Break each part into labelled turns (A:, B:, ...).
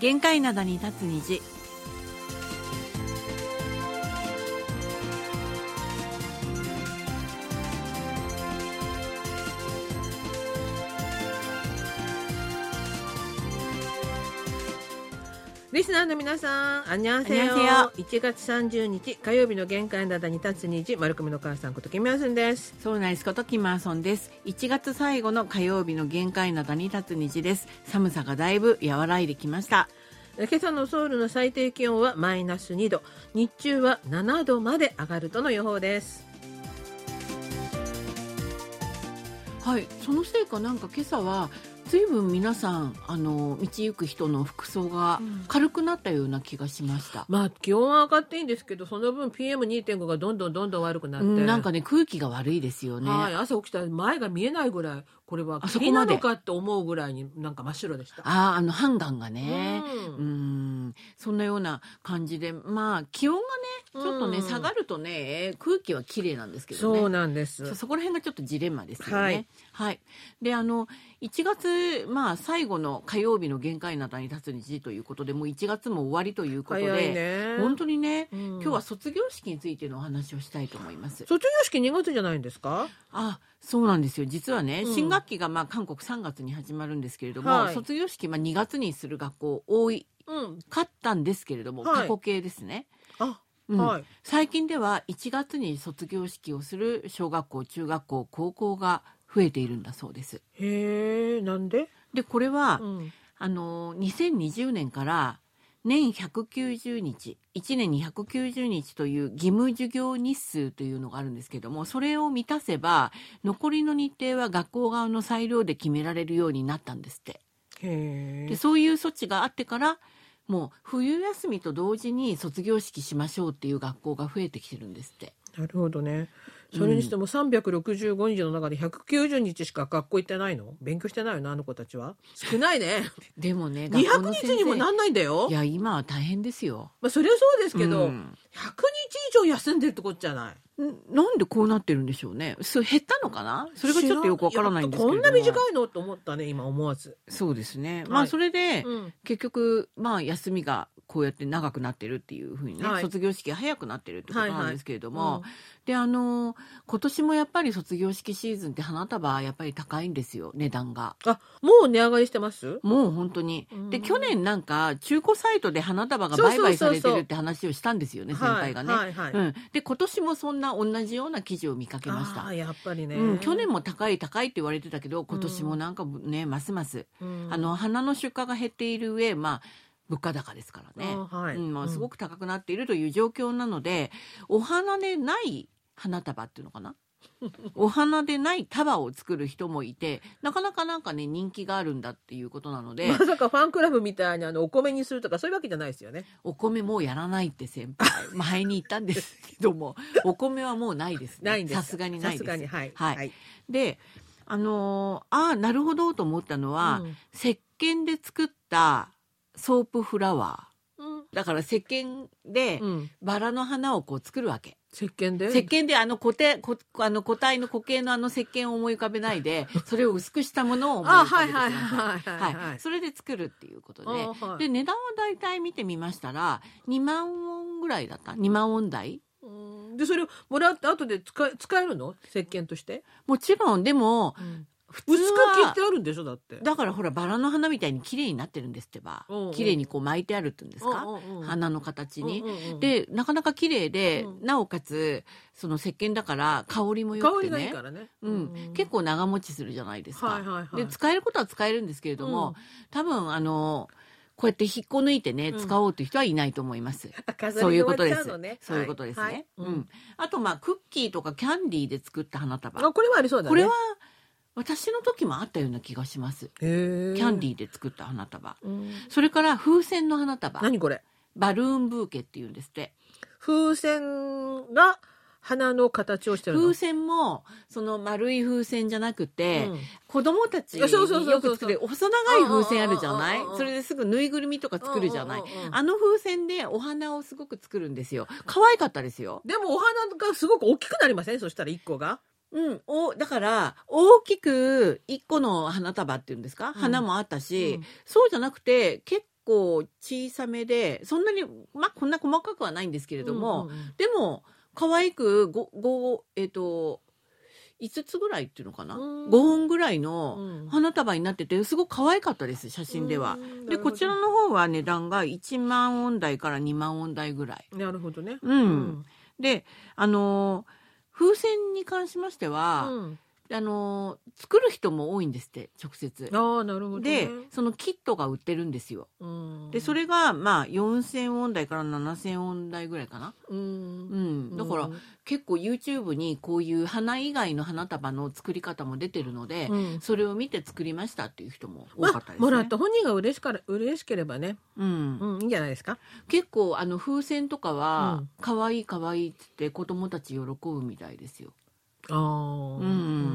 A: 限界灘に立つ虹
B: リスナーの皆さん、あんにゃんせよ
A: こんにちは。
B: 1月30日火曜日の玄関灘に立つ虹、丸組の母さんことキミアスンです。
A: そうなんですことキマーソンです1月最後の火曜日の限界灘に立つ虹です寒さがだいぶ和らいできました
B: 今朝のソウルの最低気温はマイナス2度、日中は7度まで上がるとの予報です。
A: はいそのせいかなんか今朝はずいぶん皆さんあの道行く人の服装が
B: うん
A: 軽くなったような気がしました、
B: まあ気温は上がっていいんですけど、その分 PM2.5 がどんどんどんどん悪くなって。
A: うんなんかね空気が悪いですよね、
B: はい、朝起きたら前が見えないぐらい、これは
A: あそ
B: 霧
A: こ
B: な
A: まで
B: のかって思うぐらいになんか真っ白でした。
A: あああのハンガンがね
B: うん
A: うんそんなような感じでまあ気温がねちょっとね、
B: うん
A: 下がるとね空気は綺麗なんですけどね
B: そうなんです。
A: そうそこら辺がちょっとジレンマですよね。は
B: はいい。
A: で、あの、1月、まあ、最後の火曜日の限界などに立つ日ということで、もう1月も終わりということで、
B: 早いね。
A: 本当にね、
B: うん
A: 今日は卒業式についてのお話をしたいと思います。
B: 卒業式2月じゃないんですか
A: あ、そうなんですよ。実はね、
B: うん
A: 新学期がまあ、韓国3月に始まるんですけれども、
B: はい
A: 卒業式、まあ、2月にする学校多い、
B: うん。
A: かったんですけれども、
B: はい
A: 過去形ですね。
B: あ、
A: うん
B: はい。
A: 最近では1月に卒業式をする小学校中学校高校が増えているんだそうです。
B: へえ、なんで、
A: でこれは、
B: うん、
A: あの2020年から年190日1年に190日という義務授業日数というのがあるんですけどもそれを満たせば残りの日程は学校側の裁量で決められるようになったんですって。
B: へ
A: で
B: え。
A: そういう措置があってからもう冬休みと同時に卒業式しましょうっていう学校が増えてきてるんですって。
B: なるほどね。それにしても365日の中で190日しか学校行ってないの勉強してないよな、あの子たちは。少ないね。
A: でもね、学校
B: 200
A: の
B: 日
A: 先生
B: にもなんないんだよ
A: い。や、今は大変ですよ。
B: まあ、それはそうですけど、
A: う
B: 100
A: ん
B: 日以上休んでるってことじゃない。
A: んなんでこうなってるんでしょうね。そう減ったのかなそれがちょっとよくわからないんですけれども。
B: やっとこんな短いのと思ったね、今思わず。
A: そうですね。
B: い
A: まあ、それで、
B: うん。
A: 結局、まあ、休みがこうやって長くなってるっていうふうにね、
B: はい
A: 卒業式が早くなってるってことなんですけれども、
B: はいはいうん
A: で、あの、今年もやっぱり卒業式シーズンって花束はやっぱり高いんですよ、値段が。
B: あ、もう値上がりしてます
A: もう本当に
B: う。ん
A: で、去年なんか、中古サイトで花束が
B: そう
A: 売
B: そうそう
A: 買さ
B: そう
A: れてるって話をしたんですよね、先輩がね。
B: はいはい、はい
A: うん、で今年もそんな同じような記事を見かけました
B: あー。やっぱりね、
A: うん、去年も高い高いって言われてたけど今年もなんかね、ますます、
B: うん、
A: あの花の出荷が減っている上、まあ、物価高ですからね、
B: あーはい
A: うんまあ、
B: うん
A: すごく高くなっているという状況なので、お花でない花束っていうのかな お花でない束を作る人もいてなかなかなんかね人気があるんだっていうことなので
B: まさかファンクラブみたいにあのお米にするとかそういうわけじゃないですよね。
A: お米もうやらないって先輩前に言ったんですけどもお米はもうないですね
B: ないんです。
A: さすがにないです
B: さすがにはい。
A: はいであのーああなるほどと思ったのは、
B: うん
A: 石鹸で作ったソープフラワ
B: うん
A: ーだから石鹸で
B: うん、
A: バラの花をこう作るわけ、
B: 石鹸で。
A: 石鹸であの固定こあの固体の固形のあの石鹸を思い浮かべないでそれを薄くしたものを思い
B: あ
A: 浮か
B: は
A: べ
B: い
A: てくださ
B: は
A: い。
B: いはいはいは
A: はいい、。それで作るっていうことで
B: あはい
A: で値段は大体見てみましたら2万ウォンぐらいだった2万ウォン台
B: うんでそれをもらって後で使え使えるの石鹸として。
A: もちろんでも普通
B: 薄く切っ
A: は
B: てあるんでしょだって。
A: だからほらバラの花みたいに綺麗になってるんですってば
B: うんうん
A: 綺麗にこう巻いてあるって言うんですか
B: うんうんうん
A: 花の形に。
B: うんうんうん
A: でなかなか綺麗で、
B: うん
A: なおかつその石鹸だから香りも良
B: 香
A: くて
B: り
A: ね
B: がいいからね。
A: うん、結構長持ちするじゃないですか、
B: はいはいは
A: で
B: い
A: 使えることは使えるんですけれども、
B: うん
A: 多分あのこうやって引っこ抜いてね
B: うん
A: 使おうという人はいないと思います、
B: 飾
A: そうい
B: りで
A: うこと
B: 終
A: で
B: わっ
A: す
B: ちゃ。のね
A: そういうことですね。
B: はいはいうん
A: うん。あと、まあ、クッキーとかキャンディーで作った花束。
B: あこれはありそうだね。
A: これは、私の時もあったような気がします。
B: キ
A: キャ
B: ャ
A: ンディーで作った花束。
B: うん
A: それから、風船の花束。
B: 何これ
A: バルーンブーケっていうんですって。
B: 風船が花の形をしてるの
A: 風船もその丸い風船じゃなくて、
B: うん
A: 子供たちに
B: いやそうそうそうそう
A: よく作る細長い風船あるじゃない
B: うんうんうんうんうん
A: それですぐぬいぐるみとか作るじゃない
B: うんうんうんうん
A: あの風船でお花をすごく作るんですよ可愛かったですよ
B: でもお花がすごく大きくなりませんそしたら一個が。
A: うんおだから大きく一個の花束っていうんですか
B: うん
A: 花もあったし、
B: うん
A: そうじゃなくて結構小さめでそんなに、まあ、こんな細かくはないんですけれども、
B: うんうんうん
A: でも可愛くごごえっ、と5つぐらいっていうのかな、
B: う
A: 5
B: ん
A: 本ぐらいの
B: うん
A: 花束になっててすごく可愛かったです写真では。
B: うん
A: でこちらの方は値段が1万音台から2万音台ぐらい。
B: なるほどね。
A: うんであのー風船に関しまして
B: うん
A: は、
B: うん
A: あのー作る人も多いんですって直接。
B: ああなるほどね。
A: でそのキットが売ってるんですよ。
B: うん
A: でそれがまあ4,000音台から7,000音台ぐらいかな。
B: う
A: うんん、だから、結構 YouTube にこういう花以外の花束の作り方も出てるので、
B: うん
A: それを見て作りましたっていう人も多
B: ま
A: かったです
B: あ
A: ね。
B: もらった本人が嬉しから嬉しければね、
A: うん
B: うんいいんじゃないですか。
A: 結構あの風船とか
B: う
A: は
B: ん
A: 可愛い可愛いっつって子供たち喜ぶみたいですよ。
B: ああうん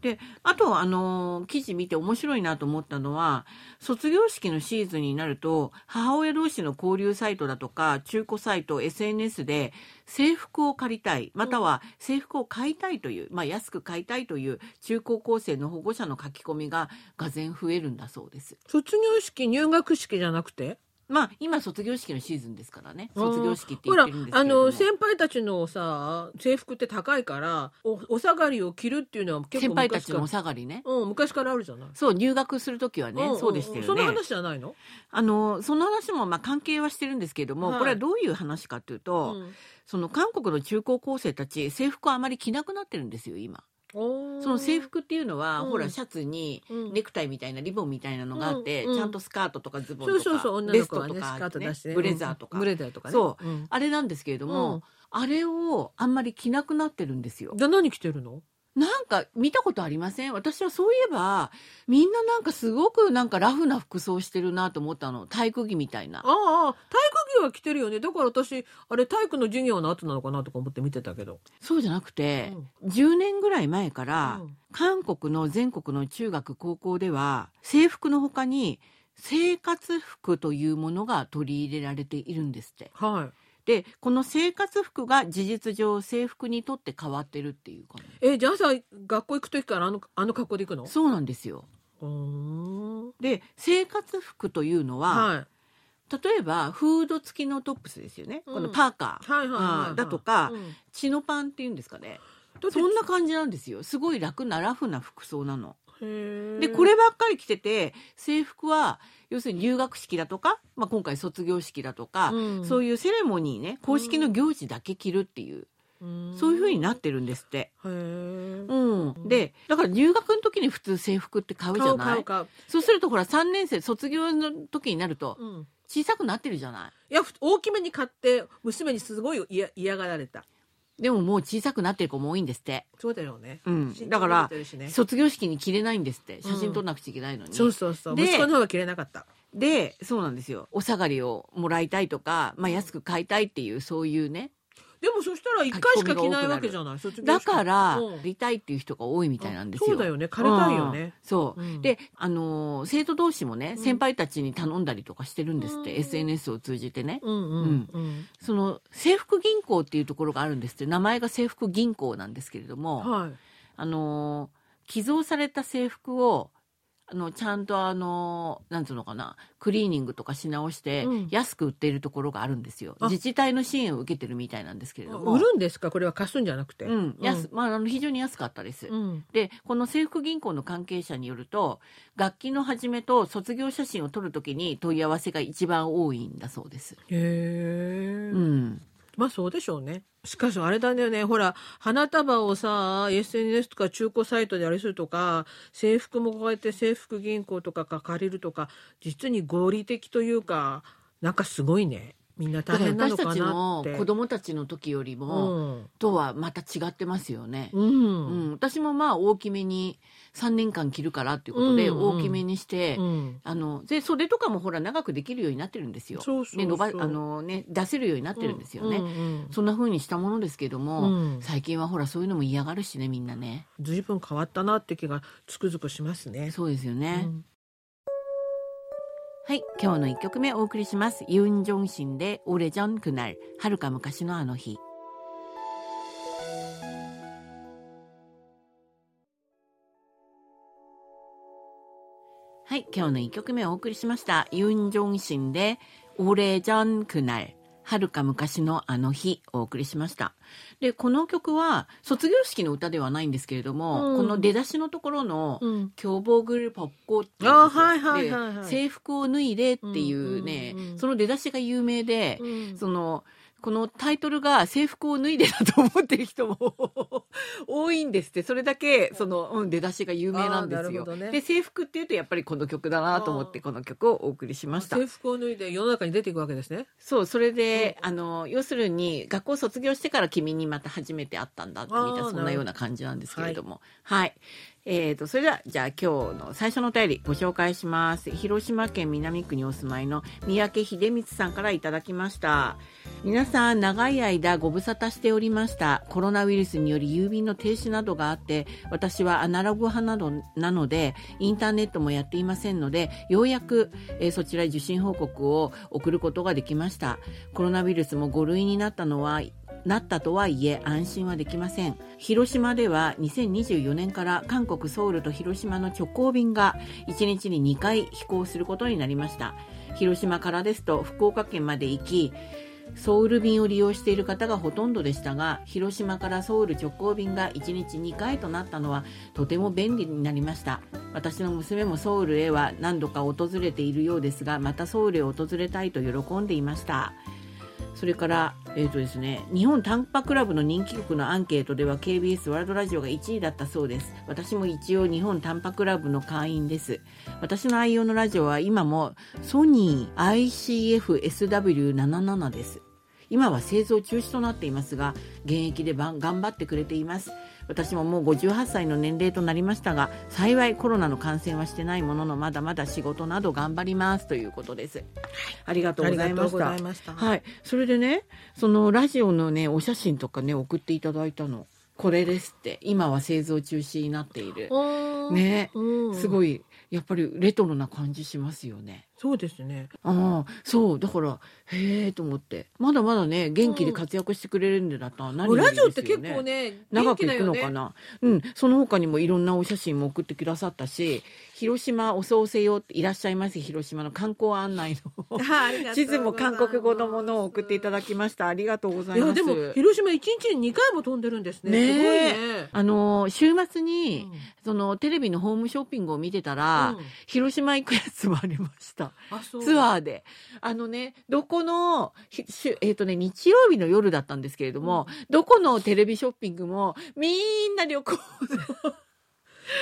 A: であとあのー記事見て面白いなと思ったのは卒業式のシーズンになると母親同士の交流サイトだとか中古サイト SNS で制服を借りたいまたは制服を買いたいという、まあ、安く買いたいという中高校生の保護者の書き込みがが然増えるんだそうです。
B: 卒業式入学式じゃなくて、
A: まあ今卒業式のシーズンですからね卒業式って
B: ほ
A: 言っ
B: ら
A: てるんですけ
B: あ
A: れども
B: の先輩たちのさ制服って高いからおお下がりを着るっていうのは結
A: 先
B: 構
A: 輩
B: 昔か
A: たち
B: ら
A: のお下がりね。
B: うん昔からあるじゃない。
A: そう入学するときはね、
B: んんん
A: そうでしたよね。
B: その話じゃないの？
A: あのその話もまあ関係はしてるんですけれども、
B: はい
A: これはどういう話かというと、
B: うん
A: その韓国の中高校生たち制服をあまり着なくなってるんですよ今。
B: おー
A: その制服っていうのは、
B: うん
A: ほらシャツに
B: うん
A: ネクタイみたいなリボンみたいなのがあって、
B: うんうん
A: ちゃんとスカートとかズボン
B: そう
A: と
B: そうそ
A: か
B: う女
A: ベ
B: の
A: ス
B: 子
A: ト
B: は
A: と
B: ねス
A: かあ
B: カー
A: って
B: ト
A: ね、
B: 出してね
A: ブレザーとか、
B: うんブレザーとかね。
A: そ
B: うん
A: あれなんですけれども、
B: うん
A: あれをあんまり着なくなってるんですよ。
B: じゃあ何着てるの？
A: なんか見たことありません私はそういえばみんななんかすごくなんかラフな服装してるなと思ったの体育着みたいな
B: ああ体育着は着てるよね。だから私あれ体育の授業の後なのかなとか思って見てたけど。
A: そうじゃなくて、10年ぐらい前から、
B: うん
A: 韓国の全国の中学高校では制服の他に生活服というものが取り入れられているんですって
B: はい。
A: でこの生活服が事実上制服にとって変わってるっていうかね
B: えじゃあさ学校行く時からあのあの格好で行くの？
A: そうなんですよ
B: うーん。
A: で生活服というのは、
B: はい。
A: 例えばフード付きのトップスですよね、
B: うん
A: このパーカー、
B: はいはいはいは
A: あ
B: い
A: だとか、
B: うん
A: チノパンっていうんですかね
B: だって
A: そんな感じなんですよすごい楽なラフな服装なの。
B: へー
A: でこればっかり着てて制服は要するに入学式だとか、まあ、今回卒業式だとか、
B: うん
A: そういうセレモニーね公式の行事だけ着るっていう、そういう風になってるんですって。
B: へー
A: うん、でだから入学の時に普通制服って買うじ
B: 買
A: ゃ
B: う
A: な
B: 買う
A: い
B: 買う
A: そうするとほら3年生卒業の時になると
B: うん
A: 小さくなってるじゃない。
B: いやふ大きめに買って娘にすごい嫌嫌がられた
A: でももう小さくなってる子も多いんですって。
B: そうだよね
A: うん
B: 身長
A: だから
B: 伸びてるしね
A: 卒業式に着れないんですって。
B: ん
A: 写真撮らなくちゃいけないのに。
B: そうそうそう
A: で
B: 息子の方が着れなかった
A: で、そうなんですよ。お下がりをもらいたいとか、まあ安く買いたいっていう、そういうね。
B: でもそしたら一回しか着ないわけじゃない卒業
A: だ
B: 式
A: から
B: うん、
A: 売りたいっていう人が多いみたいなんですよ。
B: そうだよね枯れたいよね
A: うんそう。
B: うん
A: で、あのー生徒同士もね、
B: うん
A: 先輩たちに頼んだりとかしてるんですって、
B: うん
A: SNS を通じてね。
B: うんうんうん
A: その、制服銀行っていうところがあるんですって、名前が制服銀行なんですけれども、
B: はい
A: あのー寄贈された制服をあのちゃんとあのーなんつうのかなクリーニングとかし直して、
B: うん
A: 安く売っているところがあるんですよ
B: あ
A: 自治体の支援を受けてるみたいなんですけれども
B: 売るんですかこれは貸すんじゃなくて
A: うん安まあ、あの非常に安かったです、
B: うん
A: でこの制服銀行の関係者によると楽器の始めと卒業写真を撮るときに問い合わせが一番多いんだそうです、
B: へえ
A: うん、
B: まあそうでしょうね。しかしあれだよね、ほら、花束をさ、SNS とか中古サイトであれするとか、制服もこうやって制服銀行とかから借りるとか、実に合理的というか、なんかすごいね。みんな
A: だから
B: 大変な
A: 私
B: のかな
A: た
B: って。
A: ちの子供たちの時よりも、とはまた違ってますよね、
B: うん。うん。
A: うん、私もまあ大きめに3年間着るからっていうことで
B: うんうん
A: 大きめにして、
B: うん
A: あので袖とかもほら長くできるようになってるんですよ。
B: そうそうそう
A: ね伸ばあのね出せるようになってるんですよね。
B: うんうん
A: そんな風にしたものですけども、
B: うん
A: 最近はほらそういうのも嫌がるしねみんなね。
B: 随分変わったなって気がつくづくしますね。
A: そうですよね。
B: うん
A: はい今日の一曲目お送りします。ユンジョンシンでオレジョンクナル遥か昔のあの日。はい、今日の一曲目をお送りしました。ユン・ジョンシンで、オレジャンクナル。はるか昔のあの日をお送りしました。で、この曲は卒業式の歌ではないんですけれども、
B: うん
A: この出だしのところの、
B: うん
A: 凶暴グルポッコってい
B: あ
A: うん
B: ー
A: ですよ
B: はいはいはいはい
A: で制服を脱いでっていうね、
B: うんうんうん
A: その出だしが有名で、
B: うん
A: そのこのタイトルが制服を脱いでだと思ってる人も 多いんですってそれだけその、うん、出だしが有名なんですよ
B: あーなるほど。ね
A: で制服っていうとやっぱりこの曲だなと思って
B: あー
A: この曲をお送りしました
B: 制。服を脱いで世の中に出ていくわけですね。
A: そうそれで、あの要するに学校卒業してから君にまた初めて会ったんだみたい
B: あーなる
A: な
B: ほど
A: そんなような感じなんですけれどもはい、えー、とそれではじゃあ今日の最初のお便りご紹介します広島県南区にお住まいの三宅秀光さんからいただきました皆さん長い間ご無沙汰しておりましたコロナウイルスにより郵便の停止などがあって私はアナログ派などなのでインターネットもやっていませんのでようやく、えーそちらへ受診報告を送ることができましたコロナウイルスも5類になったのはなったとはいえ安心はできません広島では2024年から韓国ソウルと広島の直行便が1日に2回飛行することになりました広島からですと福岡県まで行きソウル便を利用している方がほとんどでしたが広島からソウル直行便が1日2回となったのはとても便利になりました私の娘もソウルへは何度か訪れているようですがまたソウルへ訪れたいと喜んでいましたそれから、えーとですね、日本短波クラブの人気曲のアンケートでは KBS ワールドラジオが1位だったそうです私も一応日本短波クラブの会員です私の愛用のラジオは今もソニー ICFSW77 です今は製造中止となっていますが現役でばん頑張ってくれています私ももう58歳の年齢となりましたが幸いコロナの感染はしてないもののまだまだ仕事など頑張りますということですありがとうございました
B: ありがとうございました
A: はいそれでねそのラジオのねお写真とかね送っていただいたのこれですって今は製造中止になっているねす
B: い。
A: ごいやっぱりレトロな感じしますよね
B: そうですね。
A: ああそうだからへえと思ってまだまだね元気で活躍してくれるんだったら何より
B: ラ
A: です
B: ジ
A: よ
B: オ
A: ね
B: って結構ね、
A: 長くいくのか
B: 元気だよね。
A: な、うんその他にもいろんなお写真も送ってくださったし広島おそうせよっていらっしゃいます広島の観光案内の
B: あありがとうございます
A: 地図も韓国語のものを送っていただきましたありがとうござ
B: い
A: います
B: やでも広島一日に2回も飛んでるんですね。
A: ねえ
B: すごいね。
A: あの週末に、
B: うん
A: そのテレビのホームショッピングを見てたら、
B: うん
A: 広島行くやつもありました
B: あそう
A: ツアーで。あのね、どこの、ひしゅえっ、とね、日曜日の夜だったんですけれども、どこのテレビショッピングも、みんな旅行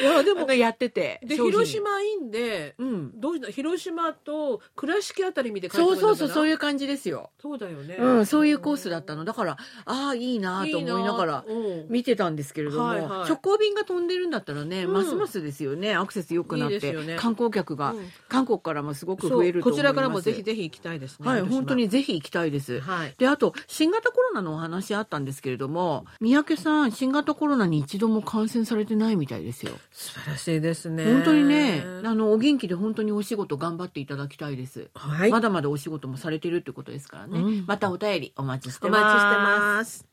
B: いや
A: で
B: でも
A: もやってて。
B: で
A: 商品
B: 広。島インで
A: うん。
B: どうした広島と倉敷あたり見て帰って
A: そうそうそう、そう
B: いう
A: いう感じですよ。
B: そうだよね。
A: うん、そういうコースだったの。だから、ああ、いいなと思いながら。
B: うん
A: 見てたんですけれども、
B: はいはい
A: 直行便が飛んでるんだったらね、
B: うん
A: ますますですよねアクセス良くなって
B: いいですよね
A: 観光客が、
B: うん
A: 韓国からもすごく
B: そ
A: 増え
B: う
A: ると
B: こ
A: 思います
B: ちらからもぜひぜひ行きたいですね。
A: はい
B: 広島
A: 本当にぜひ行きたいです、
B: はい。
A: であと新型コロナのお話あったんですけれども三宅さん新型コロナに一度も感染されてないみたいですよ
B: 素晴らしいですね。
A: 本当にねあのお元気で本当にお仕事頑張っていただきたいです、
B: はい。
A: まだまだお仕事もされてるってことですからね、
B: うん
A: またお便りお待ちして
B: お
A: ます
B: 待ちしてます。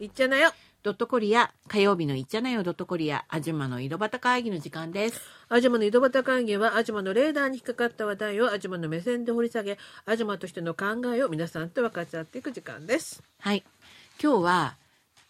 B: いっちゃなよ。
A: ドットコリア火曜日のいっちゃなよドットコリアアジュマの井戸端会議の時間です
B: アジマの井戸端会議はアジマのレーダーに引っかかった話題をアジマの目線で掘り下げアジマとしての考えを皆さんと分かち合っていく時間です。
A: はい今日は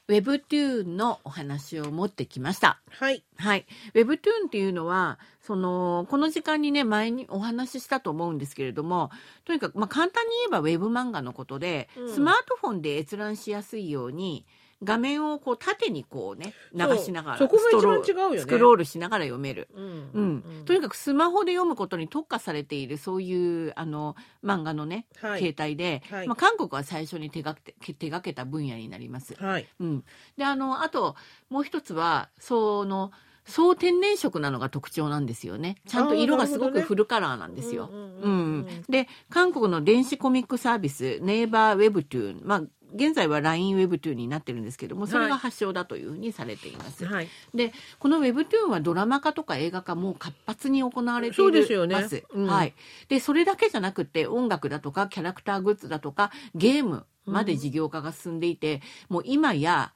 A: Webtoon のお話を持ってきました
B: はい。
A: はい、Webtoon っていうのはそのこの時間にね前にお話ししたと思うんですけれどもとにかく、まあ、簡単に言えばウェブ漫画のことで、
B: うん
A: スマートフォンで閲覧しやすいように画面をこう縦にこうね流しながら
B: そうそこが
A: ストロー
B: 一番違うよね
A: スクロールしながら読める。
B: うん
A: うんとにかくスマホで読むことに特化されているそういうあの漫画のね、
B: はい
A: 携帯で、
B: はい
A: まあ、韓国は最初に手がけて手がけた分野になります。
B: はい。
A: うん、であのあともう一つはその総天然色なのが特徴なんですよねちゃんと色がすご
B: あーなるほど
A: く
B: ね
A: フルカラーなんですよ。
B: うんう
A: うん
B: うん
A: んで韓国の電子コミックサービスネイバーウェブトゥーン、まあ、現在は LINE ウェブトゥーンになってるんですけどもそれ
B: は
A: が
B: い
A: 発祥だというふうにされています。
B: はい。
A: でこのウェブトゥーンはドラマ化とか映画化もう活発に行われている
B: そうですよね
A: ます
B: うん
A: はい、でそれだけじゃなくて音楽だとかキャラクターグッズだとかゲームまで事業化が進んでいて、もう今や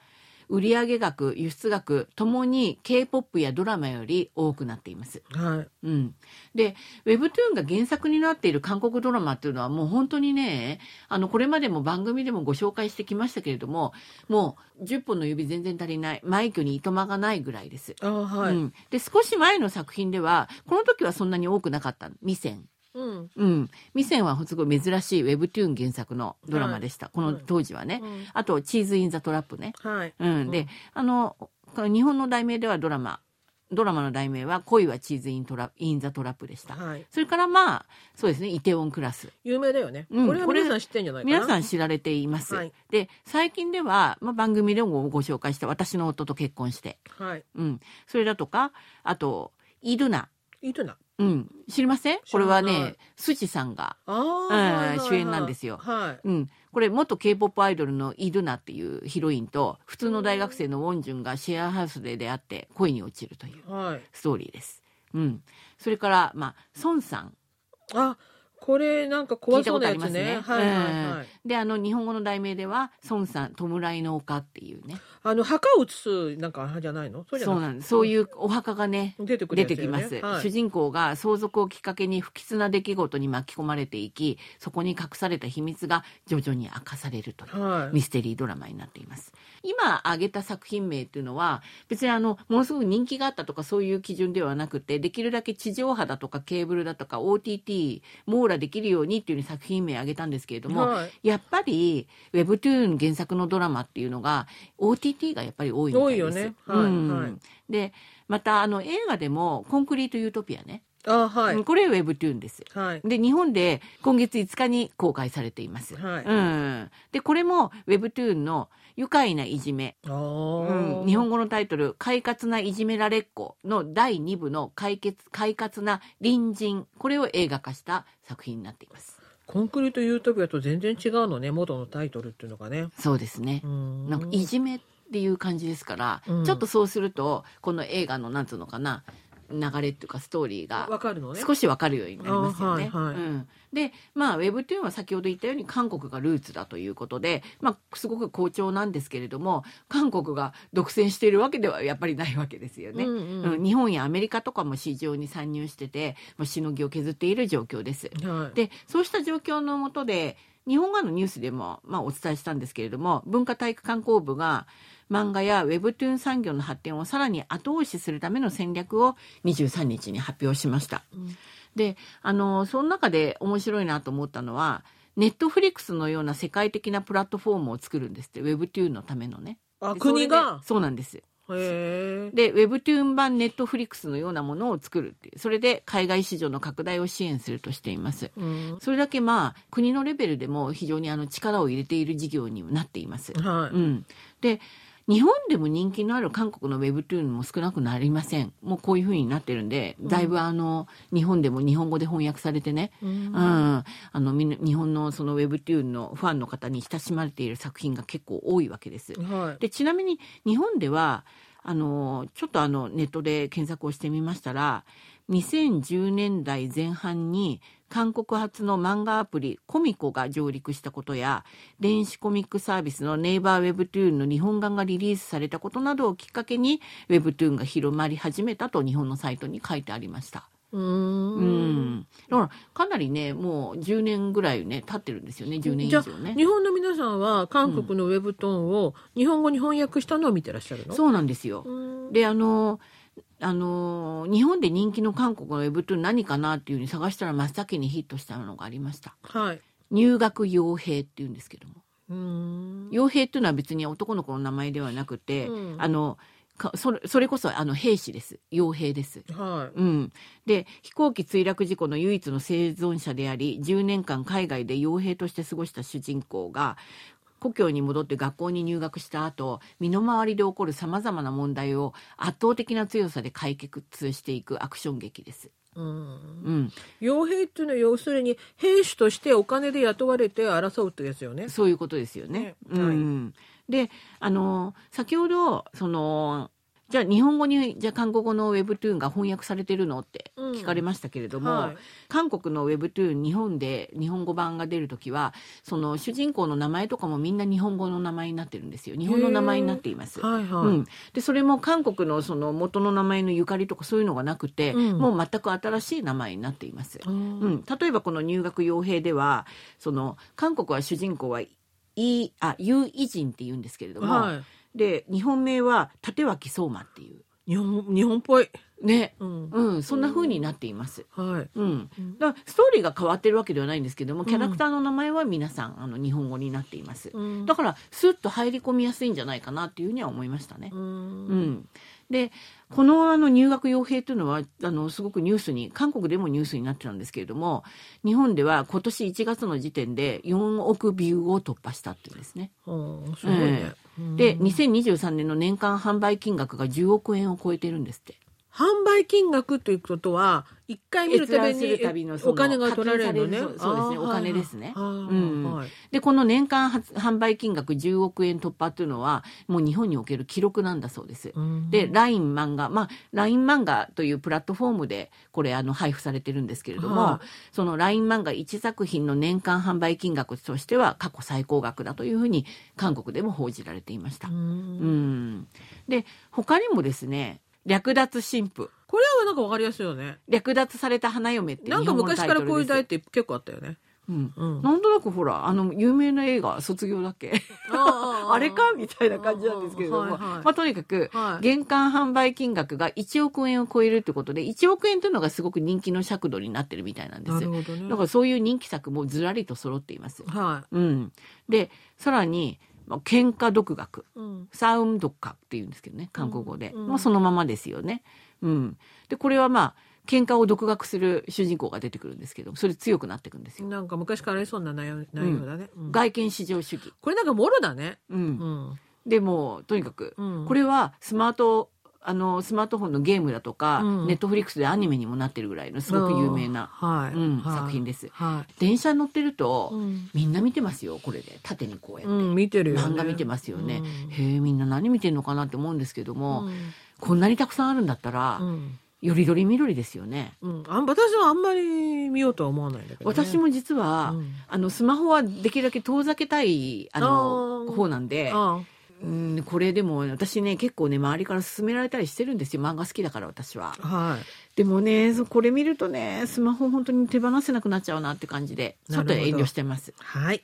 A: 売上額輸出額ともに k p o p やドラマより多くなっています。
B: はい。
A: うん、で Webtoon が原作になっている韓国ドラマっていうのはもう本当にねあのこれまでも番組でもご紹介してきましたけれどももう10本の指全然足りないマイクにいとまがないぐらいです。
B: あはい。
A: うん、で少し前の作品ではこの時はそんなに多くなかった「ミセン」
B: うん。
A: うん、ミセンはすごい珍しい Webtoon 原作のドラマでした、この当時はね、
B: うん
A: あと「チーズ・イン・ザ・トラップね」
B: はい。
A: うん、で、あのこの日本の題名ではドラマドラマの題名は「恋はチーズ・イン・トラインザ・トラップ」でした、
B: はい。
A: それからまあそうですね「イテウォン・クラス」
B: 有名だよね。
A: うん
B: これは皆さん知ってんじゃないかな。
A: 皆さん知られています、
B: はい
A: で最近では、まあ、番組でもご紹介した「私の夫と結婚して
B: ん。はい。」
A: うん、それだとかあと「イドナ
B: いいとな。」
A: うん、知りません
B: 知
A: こ
B: ら
A: れ
B: な
A: はいねスチさんが
B: あ
A: うん
B: あ、はいはいはい
A: 主演なんですよ
B: はい。
A: うん、これ元 k p o p アイドルのイドゥナっていうヒロインと普通の大学生のウォンジュンがシェアハウスで出会って恋に落ちるという
B: はい。
A: ストーリーです。うん、それから、まあ、孫さん
B: あ、これなんか怖そうなやつね。
A: 聞いたことあ
B: はい
A: りますね
B: はいはい。
A: であの日本語の題名では孫さん弔いの丘っていうね
B: あの墓を移すなんかあれじゃないの？そうじゃ
A: そ
B: な
A: う
B: い。
A: なんですそういうお墓がね
B: 出てくる
A: 出
B: やつ
A: てき
B: よ
A: ます、
B: ね。は
A: 主
B: い。
A: 人公が相続をきっかけに不吉な出来事に巻き込まれていきそこに隠された秘密が徐々に明かされるという
B: はい。
A: ミステリードラマになっています。今挙げた作品名っていうのは別にあのものすごく人気があったとかそういう基準ではなくてできるだけ地上波だとかケーブルだとか OTT 網羅できるようにっていうふうに作品名挙げたんですけれども、
B: はい
A: やっぱり Webtoon 原作のドラマっていうのが OTT がやっぱり多いみたいです。
B: 多いよねはい
A: うん
B: はい
A: でまたあの映画でも「コンクリート・ユートピアね」
B: あ、はい
A: うん。これ Webtoon です。
B: はい。
A: で日本で今月5日に公開されています。
B: はい
A: うん、でこれも Webtoon の「愉快ないじめ」
B: あ
A: う
B: ー
A: ん日本語のタイトル「快活ないじめられっ子」の第2部の快決「快活な隣人」これを映画化した作品になっています。
B: コンクリートユートピアと全然違うのね。元のタイトルっていうのがね。
A: そうですね、な
B: な
A: んかいじめっていう感じですから、
B: うん
A: ちょっとそうするとこの映画のなんつうのかな流れっていうかストーリーが
B: わかるのね。
A: 少しわかるようになりますよね。
B: あはいはい
A: うん、でまあ Webtoon は先ほど言ったように韓国がルーツだということで、まあ、すごく好調なんですけれども韓国が独占しているわけではやっぱりないわけですよね。
B: うん
A: うん日本やアメリカとかも市場に参入しててもうしのぎを削っている状況です。
B: うん。はい。
A: でそうした状況のもとで日本画のニュースでも、まあ、お伝えしたんですけれども文化体育観光部が漫画やウェブトゥーン産業の発展をさらに後押しするための戦略を23日に発表しました。
B: うん
A: であのその中で面白いなと思ったのはネットフリックスのような世界的なプラットフォームを作るんですってウェブトゥーンのためのね。
B: あ、
A: でそれ
B: 国
A: で
B: が。
A: そうなんです
B: へえ。
A: で Webtoon 版 Netflix のようなものを作るっていうそれで海外市場の拡大を支援するとしています
B: うん。
A: それだけまあ国のレベルでも非常にあの力を入れている事業になっています、
B: はい。
A: うん、で日本でも人気のある韓国の Webtoon も少なくなりませんもうこういうふうになってるんでだいぶあの日本でも日本語で翻訳されてね、
B: うん
A: うん、あのみんな日本のその Webtoon のファンの方に親しまれている作品が結構多いわけです。
B: はい。
A: でちなみに日本ではあのちょっとあのネットで検索をしてみましたら2010年代前半に韓国発の漫画アプリコミコが上陸したことや電子コミックサービスのネイバーウェブトゥーンの日本版がリリースされたことなどをきっかけにウェブトゥーンが広まり始めたと日本のサイトに書いてありました。
B: う。
A: うんん、だからかなりねもう10年ぐらいね経ってるんですよね10年以
B: じゃ
A: 上
B: あ
A: ね。
B: 日本の皆さんは韓国のウェブトーンを日本語に翻訳したのを見てらっしゃるの、
A: そうなんですよ。
B: うん
A: であのあの日本で人気の韓国のウェブトゥーン何かなっていうふうに探したら真っ先にヒットしたのがありました
B: はい。
A: 入学傭兵っていうんですけども
B: うん。
A: 傭兵っていうのは別に男の子の名前ではなくて、
B: うん
A: あのかそれそれこそあの兵士です傭兵です
B: は
A: うん、で飛行機墜落事故の唯一の生存者であり10年間海外で傭兵として過ごした主人公が故郷に戻って学校に入学した後身の回りで起こるさまざまな問題を圧倒的な強さで解決していくアクション劇です。
B: い。うん。
A: うん、
B: 傭兵っていうのは要するに兵士としてお金で雇われて争うってやつよね。
A: そういうことですよね。
B: ね
A: うんであの先ほどそのじゃあ日本語にじゃあ韓国語の Webtoon が翻訳されてるのって聞かれましたけれども、
B: はい
A: 韓国の Webtoon 日本で日本語版が出るときはその主人公の名前とかもみんな日本語の名前になってるんですよ日本の名前になっています。
B: はいはい、
A: うん、でそれも韓国のその元の名前のゆかりとかそういうのがなくて、
B: うん
A: もう全く新しい名前になっています。
B: あー
A: うん、例えばこの入学傭兵ではその韓国は主人公はイあユイジンって言うんですけれども、
B: は
A: で日本名は立脇相馬っていう
B: い、日本日本っぽい、
A: ね、
B: うん
A: うん、そんな風になっています。
B: はい
A: うん
B: うん
A: だからストーリーが変わってるわけではないんですけども
B: ん
A: キャラクターの名前は皆さん、あの日本語になっています
B: うん
A: だからスッと入り込みやすいんじゃないかなっていうふうには思いましたね。
B: う
A: うんん、でこのあの入学傭兵というのはあのすごくニュースに韓国でもニュースになってたんですけれども日本では今年1月の時点で4億ビューを突破したっていうんですね。
B: うん、すごいね、うん
A: で2023年の年間販売金額が10億円を超えてるんですって。
B: 販売金額ということは一回見るたび
A: 閲覧するたび
B: に
A: のその
B: お金が取られるの
A: 課
B: ね
A: 金されるそうそうですね
B: あー
A: お金ですね
B: はいはい
A: うん
B: はいはい
A: でこの年間発販売金額10億円突破というのはもう日本における記録なんだそうです。
B: うん
A: で LINE 漫画、まあ、LINE 漫画というプラットフォームでこれあの配布されてるんですけれども、
B: は
A: その LINE 漫画1作品の年間販売金額としては過去最高額だというふうに韓国でも報じられていました。
B: う
A: うん
B: ん
A: で他にもですね略奪神父
B: これはなんかわかりやすいよね
A: 略奪された花嫁っていう
B: なん
A: 日
B: か
A: 本語の
B: 昔
A: タイ
B: か
A: トルです
B: らこういう題って結構あったよね
A: うん
B: うん
A: なんとなくほらあの有名な映画「卒業」だっけ
B: あ ー
A: あれかみたいな感じなんですけれども、
B: はいはい
A: まあ、とにかく、
B: はい
A: 玄関販売金額が1億円を超えるってことで、1億円というのがすごく人気の尺度になってるみたいなんで
B: な
A: す
B: る
A: よ。
B: ほどね
A: だからそういう人気作もずらりと揃っています。
B: は
A: うん。で、さらに、まあ喧嘩独学。
B: い、うん
A: サウンドカっていうんですけどね韓国語で、
B: うんうん
A: まあ、そのままですよね。うん、でこれはまあ喧嘩を独学する主人公が出てくるんですけどそれ強くなってくるんですよ。
B: なんか昔からありそうな内容内容だね、うん
A: 外見至上主義、
B: これなんかもろだね
A: う、
B: うんん、
A: でもうとにかく
B: うん、
A: これはスマートあのスマートフォンのゲームだとか、
B: うん
A: ネットフリックスでアニメにもなってるぐらいのすごく有名な、
B: はい
A: うん
B: はい
A: 作品です。
B: は
A: 電車に乗ってると、
B: い、うん
A: みんな見てますよこれで縦にこうやって、
B: うん、見てるよ、ね、
A: 漫画見てますよね。
B: うん
A: へえみんな何見てんのかなって思うんですけども、
B: うん
A: こんなにたくさんあるんだったら、
B: うん
A: よりどりみどりですよね。
B: うん、あん私はあんまり見ようとは思わないんだけど、ね、
A: 私も実は、
B: うん
A: あのスマホはできるだけ遠ざけたいあの
B: あー
A: 方なんで
B: あ
A: うんこれでも私ね結構ね周りから勧められたりしてるんですよ漫画好きだから私は
B: あはい
A: でもねそうこれ見るとねスマホ本当に手放せなくなっちゃうなって感じでちょっと
B: なるほ
A: 遠
B: ど
A: 慮してます
B: はい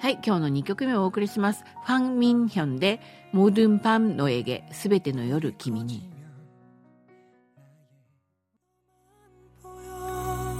A: はい今日の2曲目をお送りしますファン・ミンヒョンで「モドゥンパンのエゲすべての夜君に
C: 보여 」
A: は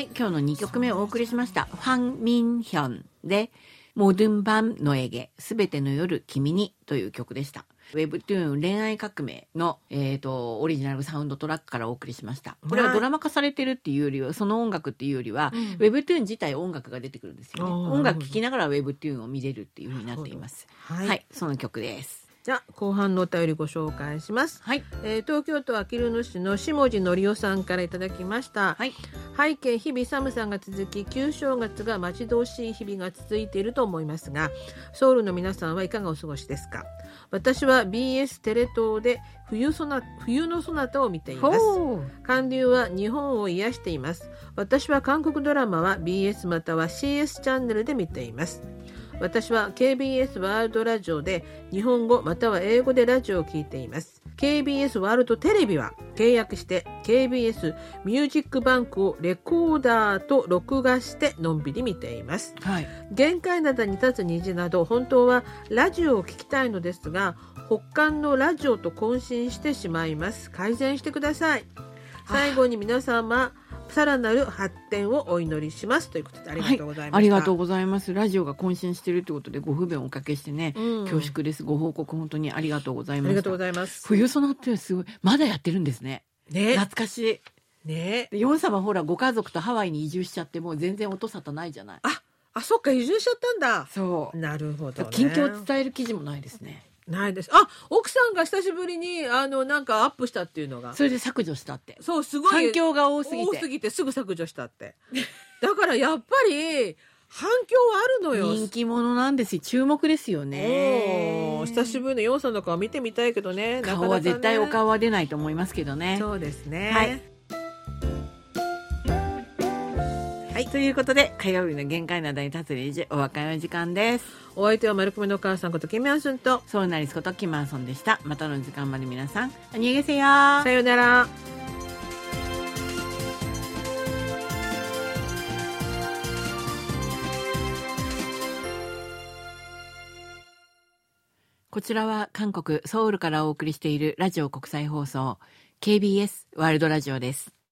A: い今日の2曲目をお送りしましたファン・ミンヒョンで「モドゥンパンのエゲすべての夜君に」という曲でしたウェブトゥーン恋愛革命の、えー、とオリジナルサウンドトラックからお送りしましたこれはドラマ化されてるっていうよりはその音楽っていうよりは、
B: うん
A: ウェブトゥーン自体音楽が出てくるんですよね
B: あー
A: 音楽聴きながらウェブトゥーンを見れるっていうふうになっています
B: は、
A: はいい、その曲です
B: じゃあ後半のお便りご紹介します、
A: はい
B: えー、東京都あきる野市の下地のりおさんからいただきました、
A: はい
B: 背景日々寒さが続き旧正月が待ち遠しい日々が続いていると思いますがソウルの皆さんはいかがお過ごしですか私は BS テレ東で冬そな冬のそなたを見ています韓流は日本を癒しています私は韓国ドラマは BS または CS チャンネルで見ています私は KBS ワールドラジオで日本語または英語でラジオを聞いています KBS ワールドテレビは契約して KBS ミュージックバンクをレコーダーと録画してのんびり見ています
A: はい
B: 限界灘に立つ虹など本当はラジオを聞きたいのですが北韓のラジオと渾身してしまいます改善してください最後に皆様さらなる発展をお祈りしますということでありがとうございました、
A: ありがとうございますラジオが渾身してるということでご不便をおかけしてね、
B: うん
A: 恐縮ですご報告本当にありがとうござい
B: あ
A: ま
B: り
A: し
B: がとう
A: た
B: ございます
A: 冬ソナってすごいまだやってるんですね
B: ね
A: 懐かしい
B: ね
A: でヨン様ほらご家族とハワイに移住しちゃってもう全然音沙汰ないじゃない
B: あそっか移住しちゃったんだ
A: そう
B: なるほど、ね、
A: 近況を伝える記事もないですね
B: ないですあ奥さんが久しぶりにあのなんかアップしたっていうのが
A: それで削除したって
B: そうすごい
A: 反響が多すぎて
B: 多すぎてすぐ削除したってだからやっぱり反響はあるのよ。
A: 人気者なんですし注目ですよね
B: おー久しぶりのヨンさんの顔見てみたいけどね。なかなかね
A: 顔は絶対お顔は出ないと思いますけどね
B: そうですね。
A: はいはいということで火曜日の限界などに立つレジお別れの時間です
B: お相手は丸くめのお母さんことケミアンスンと。
A: ソウルナリスことキマーソンでしたまたの時間まで皆さんあにげせよ
B: さようなら。
A: こちらは韓国ソウルからお送りしているラジオ国際放送 KBS ワールドラジオです